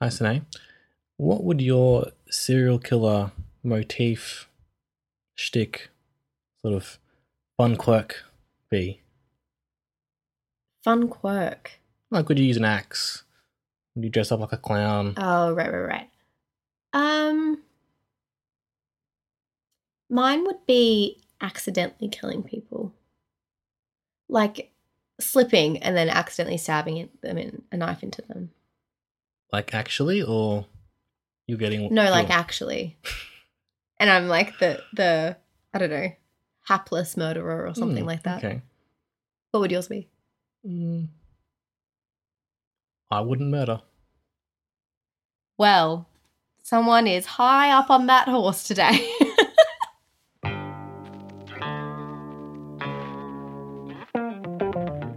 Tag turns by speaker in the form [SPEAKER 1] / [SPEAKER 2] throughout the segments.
[SPEAKER 1] Hi, Sine. What would your serial killer motif, shtick, sort of fun quirk be?
[SPEAKER 2] Fun quirk.
[SPEAKER 1] Like, would you use an axe? Would you dress up like a clown?
[SPEAKER 2] Oh, right, right, right. Um, mine would be accidentally killing people, like slipping and then accidentally stabbing it- them in a knife into them.
[SPEAKER 1] like, actually, or you're getting
[SPEAKER 2] No, like
[SPEAKER 1] you're-
[SPEAKER 2] actually, and I'm like the the I don't know, hapless murderer or something
[SPEAKER 1] Hmm,
[SPEAKER 2] like that.
[SPEAKER 1] Okay.
[SPEAKER 2] What would yours be?
[SPEAKER 1] Mm. I wouldn't murder.
[SPEAKER 2] Well, someone is high up on that horse today.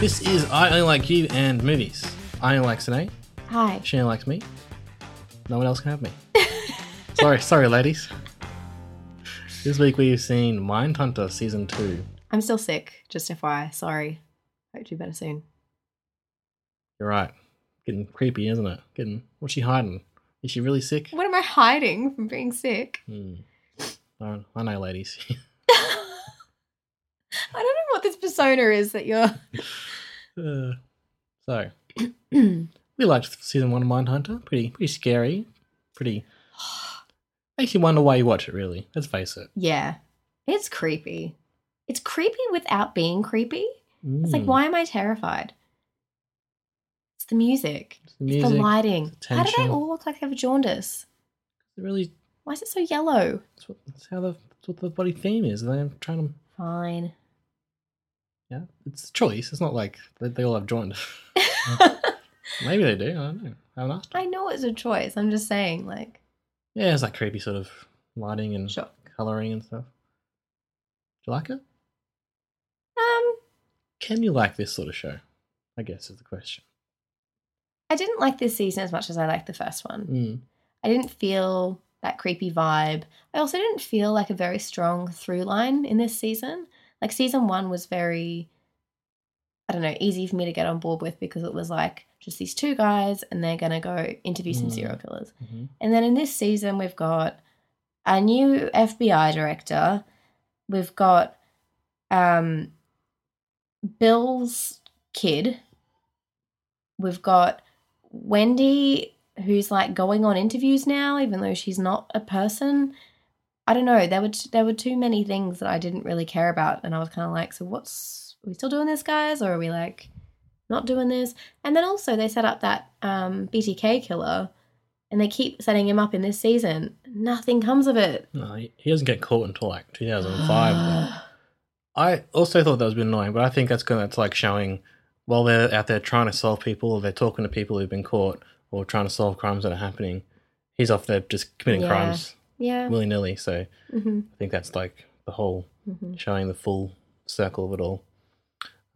[SPEAKER 1] This is I Only Like You and Movies. I only like Sine.
[SPEAKER 2] Hi.
[SPEAKER 1] She only likes me. No one else can have me. sorry, sorry, ladies. This week we've seen Mindhunter Season 2.
[SPEAKER 2] I'm still sick, just FYI. Sorry. Hope to be better soon.
[SPEAKER 1] You're right. Getting creepy, isn't it? Getting. What's she hiding? Is she really sick?
[SPEAKER 2] What am I hiding from being sick?
[SPEAKER 1] Hmm. I, I know, ladies.
[SPEAKER 2] I don't know what this persona is that you're.
[SPEAKER 1] Uh, so, we liked Season 1 of Mindhunter. Pretty, pretty scary. Pretty. Makes you wonder why you watch it, really. Let's face it.
[SPEAKER 2] yeah. It's creepy. It's creepy without being creepy. It's like,
[SPEAKER 1] Mm.
[SPEAKER 2] why am I terrified? It's the music,
[SPEAKER 1] It's the
[SPEAKER 2] it's the
[SPEAKER 1] music.
[SPEAKER 2] lighting.
[SPEAKER 1] it's the
[SPEAKER 2] How do they
[SPEAKER 1] tension.
[SPEAKER 2] all look like they have jaundice?
[SPEAKER 1] It really
[SPEAKER 2] Why is it so yellow?
[SPEAKER 1] That's what that's how the that's what the body theme is. They're trying to
[SPEAKER 2] Fine.
[SPEAKER 1] yeah, it's a choice. It's not like they, they all have joined. Maybe they do. I don't know. I haven't asked.
[SPEAKER 2] I know it's a choice. I'm just saying, like,
[SPEAKER 1] Yeah, it's like creepy sort of lighting and
[SPEAKER 2] sure.
[SPEAKER 1] coloring and stuff. Do you like it?
[SPEAKER 2] Um,
[SPEAKER 1] Can you like this sort of show? I guess is the question.
[SPEAKER 2] I didn't like this season as much as I liked the first one.
[SPEAKER 1] Mm.
[SPEAKER 2] I didn't feel that creepy vibe. I also didn't feel like a very strong through line in this season. Like season one was very, I don't know, easy for me to get on board with because it was like just these two guys and they're going to go interview some
[SPEAKER 1] Mm.
[SPEAKER 2] serial killers.
[SPEAKER 1] hmm
[SPEAKER 2] And then in this season, we've got a new FBI director. We've got um, Bill's kid. We've got Wendy, who's like going on interviews now, even though she's not a person. I don't know. There were t- there were too many things that I didn't really care about, and I was kind of like, so what's are we still doing this, guys, or are we like not doing this? And then also they set up that um, BTK killer and they keep setting him up in this season. Nothing comes of it.
[SPEAKER 1] No, he he doesn't get caught until like 2005. I also thought that was a bit annoying, but I think that's going that's like showing while they're out there trying to solve people, or they're talking to people who've been caught or trying to solve crimes that are happening. He's off there just committing
[SPEAKER 2] Yeah.
[SPEAKER 1] crimes
[SPEAKER 2] yeah.
[SPEAKER 1] willy nilly. So I
[SPEAKER 2] hmm
[SPEAKER 1] think that's like the whole
[SPEAKER 2] hmm
[SPEAKER 1] showing the full circle of it all.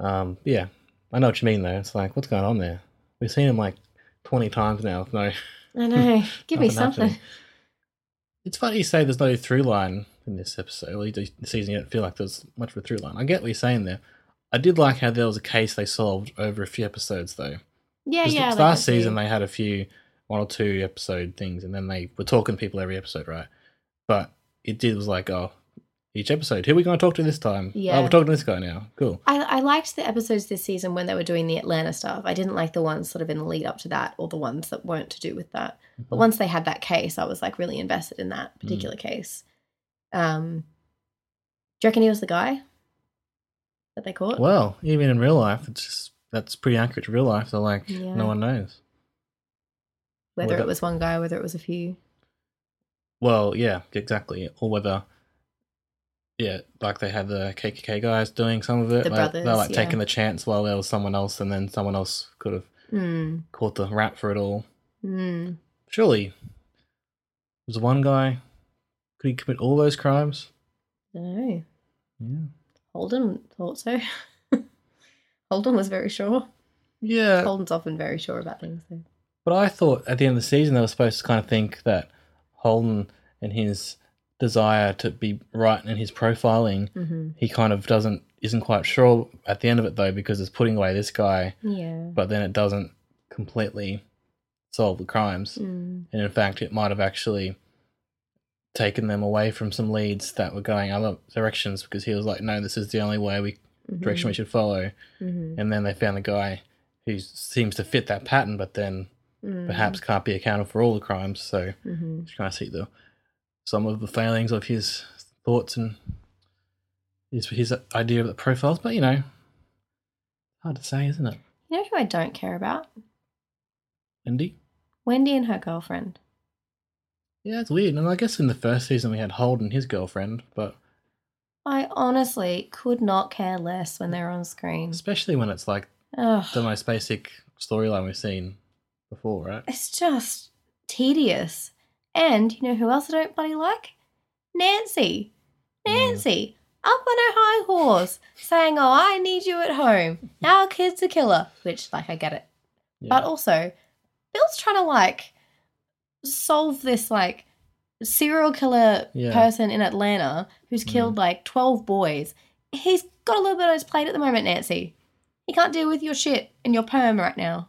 [SPEAKER 1] Um, yeah, I know what you mean though. It's like what's going on there? We've seen him like twenty times now. with No,
[SPEAKER 2] I know. Give me
[SPEAKER 1] nothing happening.
[SPEAKER 2] something.
[SPEAKER 1] It's funny you say there's no through line in this episode. Well, this season, you don't feel like there's much of a through line. I get what you're saying there. I did like how there was a case they solved over a few episodes, though.
[SPEAKER 2] Yeah,
[SPEAKER 1] 'Cause
[SPEAKER 2] yeah.
[SPEAKER 1] last
[SPEAKER 2] like I see.
[SPEAKER 1] season, they had a few, one or two episode things, and then they were talking to people every episode, right? But it did was like, oh, each episode, who are we going to talk to this time?
[SPEAKER 2] Yeah.
[SPEAKER 1] Oh, we're talking to this guy now. Cool.
[SPEAKER 2] I, I liked the episodes this season when they were doing the Atlanta stuff. I didn't like the ones sort of in the lead up to that or the ones that weren't to do with that. But
[SPEAKER 1] Hmm.
[SPEAKER 2] once they had that case, I was like really invested in that particular case. Um, do you reckon he was the guy that they caught?
[SPEAKER 1] Well, even in real life, it's just that's pretty accurate to real life. They're like,
[SPEAKER 2] Yeah.
[SPEAKER 1] no one knows.
[SPEAKER 2] Whether
[SPEAKER 1] Well,
[SPEAKER 2] it
[SPEAKER 1] that-
[SPEAKER 2] was one guy, whether it was a few.
[SPEAKER 1] Well, yeah, exactly. Or whether yeah, like they had the KKK guys doing some of it.
[SPEAKER 2] The
[SPEAKER 1] like, they're
[SPEAKER 2] brothers,
[SPEAKER 1] like
[SPEAKER 2] yeah.
[SPEAKER 1] taking the chance while there was someone else, and then someone else could have
[SPEAKER 2] Mm.
[SPEAKER 1] caught the rap for it all.
[SPEAKER 2] Mm.
[SPEAKER 1] Surely, was one guy could he commit all those crimes?
[SPEAKER 2] No.
[SPEAKER 1] Yeah,
[SPEAKER 2] Holden thought so. Holden was very sure.
[SPEAKER 1] yeah.
[SPEAKER 2] Holden's often very sure about things. So.
[SPEAKER 1] But I thought at the end of the season they were supposed to kind of think that Holden and his desire to be right and his profiling,
[SPEAKER 2] Mm-hmm.
[SPEAKER 1] he kind of doesn't isn't quite sure at the end of it though because it's putting away this guy,
[SPEAKER 2] Yeah.
[SPEAKER 1] but then it doesn't completely solve the crimes,
[SPEAKER 2] Mm.
[SPEAKER 1] and in fact it might have actually taken them away from some leads that were going other directions because he was like, no, this is the only way we direction we should follow,
[SPEAKER 2] Mm-hmm.
[SPEAKER 1] and then they found the guy who seems to fit that pattern, but then perhaps can't be accounted for all the crimes. So
[SPEAKER 2] Mm-hmm.
[SPEAKER 1] just trying to see the some of the failings of his thoughts and his his idea of the profiles. But you know, hard to say, isn't it,
[SPEAKER 2] You know who I don't care about?
[SPEAKER 1] Indy?
[SPEAKER 2] Wendy and her girlfriend.
[SPEAKER 1] Yeah, it's weird. And I guess in the first season we had Holden, his girlfriend, but
[SPEAKER 2] I honestly could not care less when they're on screen.
[SPEAKER 1] especially when it's like
[SPEAKER 2] Ugh.
[SPEAKER 1] the most basic storyline we've seen before, right?
[SPEAKER 2] It's just tedious. And you know who else I don't bloody like? Nancy. Nancy. Up on her high horse, saying, Oh, I need you at home. Our kid's a killer. Which, like, I get it.
[SPEAKER 1] Yeah.
[SPEAKER 2] But also, Bill's trying to, like, solve this, like, serial killer
[SPEAKER 1] Yeah. Mm.
[SPEAKER 2] person in Atlanta who's killed, like, 12 boys. He's got a little bit on his plate at the moment, Nancy. He can't deal with your shit and your perm right now.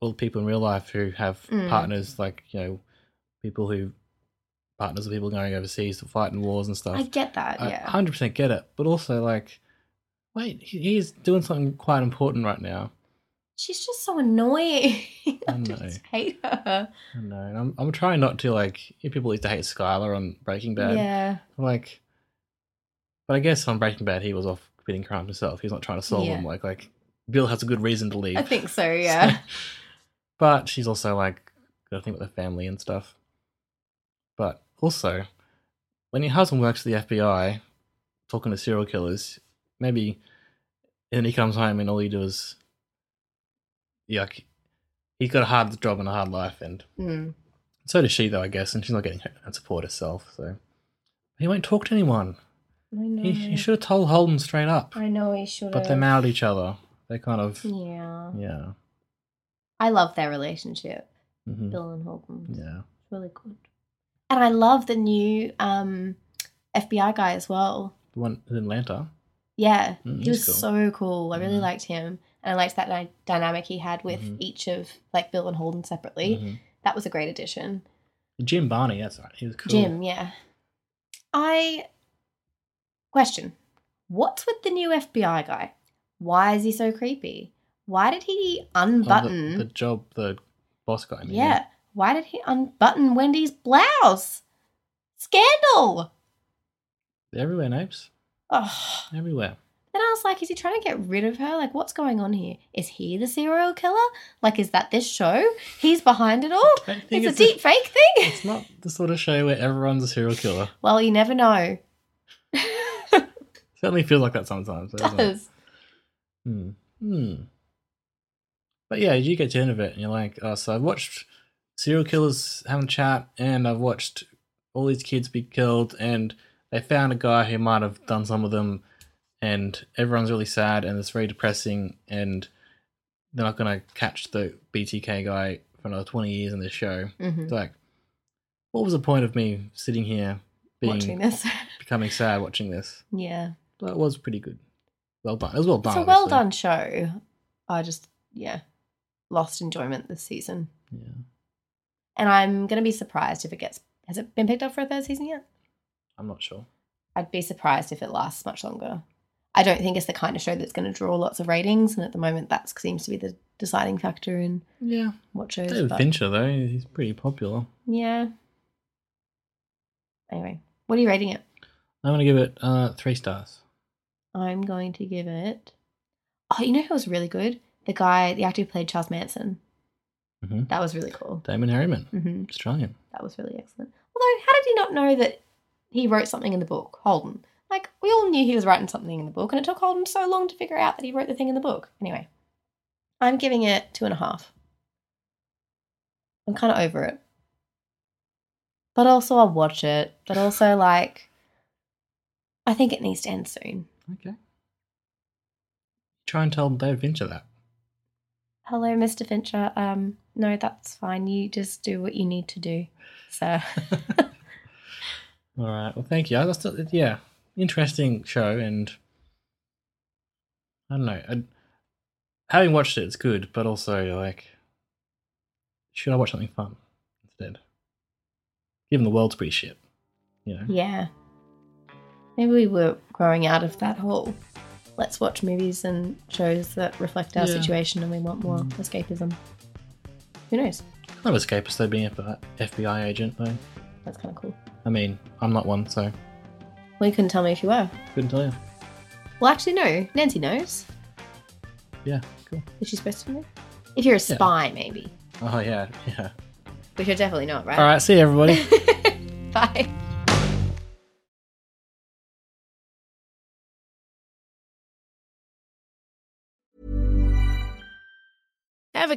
[SPEAKER 1] all the people in real life who have
[SPEAKER 2] Mm.
[SPEAKER 1] partners, like, you know, people who partners of people going overseas to fight in wars and stuff.
[SPEAKER 2] I get that,
[SPEAKER 1] I
[SPEAKER 2] yeah.
[SPEAKER 1] 100% get it. But also, like, wait, he- he's doing something quite important right now.
[SPEAKER 2] She's just so annoying. I
[SPEAKER 1] I
[SPEAKER 2] just hate her.
[SPEAKER 1] I don't know. And I'm, I'm trying not to, like, if people used to hate Skylar on Breaking Bad.
[SPEAKER 2] Yeah.
[SPEAKER 1] Like, but I guess on Breaking Bad, he was off committing crimes himself. He's not trying to solve
[SPEAKER 2] Yeah.
[SPEAKER 1] them. Like, like, Bill has a good reason to leave.
[SPEAKER 2] I think so, yeah.
[SPEAKER 1] But she's also like got to think about the family and stuff. But also, when your husband works for the FBI, talking to serial killers, maybe, and he comes home and all he does, is, yuck, he's got a hard job and a hard life, and
[SPEAKER 2] Mm.
[SPEAKER 1] so does she though, I guess, and she's not getting her own support herself. So he won't talk to anyone.
[SPEAKER 2] I know.
[SPEAKER 1] He, he should have told Holden straight up,
[SPEAKER 2] I know he should
[SPEAKER 1] but they married each other. They kind of
[SPEAKER 2] Yeah.
[SPEAKER 1] yeah,
[SPEAKER 2] I love their relationship,
[SPEAKER 1] hmm
[SPEAKER 2] Bill and Holden.
[SPEAKER 1] yeah.
[SPEAKER 2] It's really good. And I love the new um, FBI guy as well.
[SPEAKER 1] The one in Atlanta.
[SPEAKER 2] Yeah.
[SPEAKER 1] Mm,
[SPEAKER 2] he was
[SPEAKER 1] he's cool.
[SPEAKER 2] so cool. I really
[SPEAKER 1] Mm.
[SPEAKER 2] liked him. And I liked that dy- dynamic he had with
[SPEAKER 1] Mhm.
[SPEAKER 2] each of, like, Bill and Holden separately.
[SPEAKER 1] Mhm.
[SPEAKER 2] That was a great addition.
[SPEAKER 1] Jim Barney, that's right. He was cool.
[SPEAKER 2] Jim, yeah. I question what's with the new FBI guy? Why is he so creepy? Why did he
[SPEAKER 1] Oh, the-
[SPEAKER 2] unbutton?
[SPEAKER 1] the, job, the boss guy. I mean,
[SPEAKER 2] yeah, why did he unbutton Wendy's blouse? Scandal!
[SPEAKER 1] They're everywhere, Napes.
[SPEAKER 2] Ugh.
[SPEAKER 1] Everywhere.
[SPEAKER 2] Then I was like, is he trying to get rid of her? Like, what's going on here? Is he the serial killer? Like, is that this show? He's behind it all?
[SPEAKER 1] I think
[SPEAKER 2] It's a
[SPEAKER 1] it's a-
[SPEAKER 2] deep fake thing?
[SPEAKER 1] It's not the sort of show where everyone's a serial killer.
[SPEAKER 2] Well, you never know.
[SPEAKER 1] Certainly feels like that sometimes. doesn't it?
[SPEAKER 2] Does.
[SPEAKER 1] Hmm. Hmm. But yeah, you get to the end of it and you're like, oh, so I've watched serial killers having a chat and I've watched all these kids be killed and they found a guy who might have done some of them and everyone's really sad and it's very depressing and they're not going to catch the BTK guy for another 20 years in this show.
[SPEAKER 2] Mm-hmm.
[SPEAKER 1] It's like, what was the point of me sitting here being,
[SPEAKER 2] watching this.
[SPEAKER 1] becoming sad watching this?
[SPEAKER 2] yeah.
[SPEAKER 1] That was pretty good. Well done. It was well done.
[SPEAKER 2] It's a well
[SPEAKER 1] obviously.
[SPEAKER 2] done show. I just, yeah, lost enjoyment this season.
[SPEAKER 1] Yeah.
[SPEAKER 2] And I'm going to be surprised if it gets, has it been picked up for a third season yet?
[SPEAKER 1] I'm not sure.
[SPEAKER 2] I'd be surprised if it lasts much longer. I don't think it's the kind of show that's going to draw lots of ratings. And at the moment, that seems to be the deciding factor in
[SPEAKER 1] Yeah.
[SPEAKER 2] what shows.
[SPEAKER 1] David
[SPEAKER 2] but-
[SPEAKER 1] Fincher, though, he's pretty popular.
[SPEAKER 2] Yeah. Anyway, what are you rating it?
[SPEAKER 1] I'm going to give it uh, three stars.
[SPEAKER 2] I'm going to give it. Oh, you know who was really good? The guy, the actor who played Charles Manson.
[SPEAKER 1] hmm
[SPEAKER 2] That was really cool.
[SPEAKER 1] Damon Harriman,
[SPEAKER 2] hmm
[SPEAKER 1] Australian.
[SPEAKER 2] That was really excellent. Although, how did he not know that he wrote something in the book, Holden? Like, we all knew he was writing something in the book, and it took Holden so long to figure out that he wrote the thing in the book. Anyway, I'm giving it two and a half. I'm kind of over it. But also, I'll watch it. But also, like, I think it needs to end soon.
[SPEAKER 1] Okay. Try and tell David Fincher that.
[SPEAKER 2] Hello, Mr. Fincher. Um, no, that's fine. You just do what you need to do. So,
[SPEAKER 1] All right. Well, thank you. I just, yeah, interesting show, and I don't know. I, having watched it, it's good, but also you're like, should I watch something fun instead? Given the world's pretty shit, you know.
[SPEAKER 2] yeah. Maybe we were growing out of that whole let's watch movies and shows that reflect our
[SPEAKER 1] Yeah. Mm.
[SPEAKER 2] situation and we want more escapism. Who knows?
[SPEAKER 1] Kind of escapist though, being an FBI agent though.
[SPEAKER 2] That's kind of cool.
[SPEAKER 1] I mean, I'm not one, so
[SPEAKER 2] Well, you couldn't tell me if you were.
[SPEAKER 1] couldn't tell you.
[SPEAKER 2] Well, actually, no. Nancy knows.
[SPEAKER 1] Yeah, cool.
[SPEAKER 2] Is she supposed to know? If you're a
[SPEAKER 1] Yeah.
[SPEAKER 2] spy, maybe.
[SPEAKER 1] Oh yeah, yeah.
[SPEAKER 2] Which you're definitely not, right?
[SPEAKER 1] All right, see you, everybody.
[SPEAKER 2] Bye.
[SPEAKER 3] Ever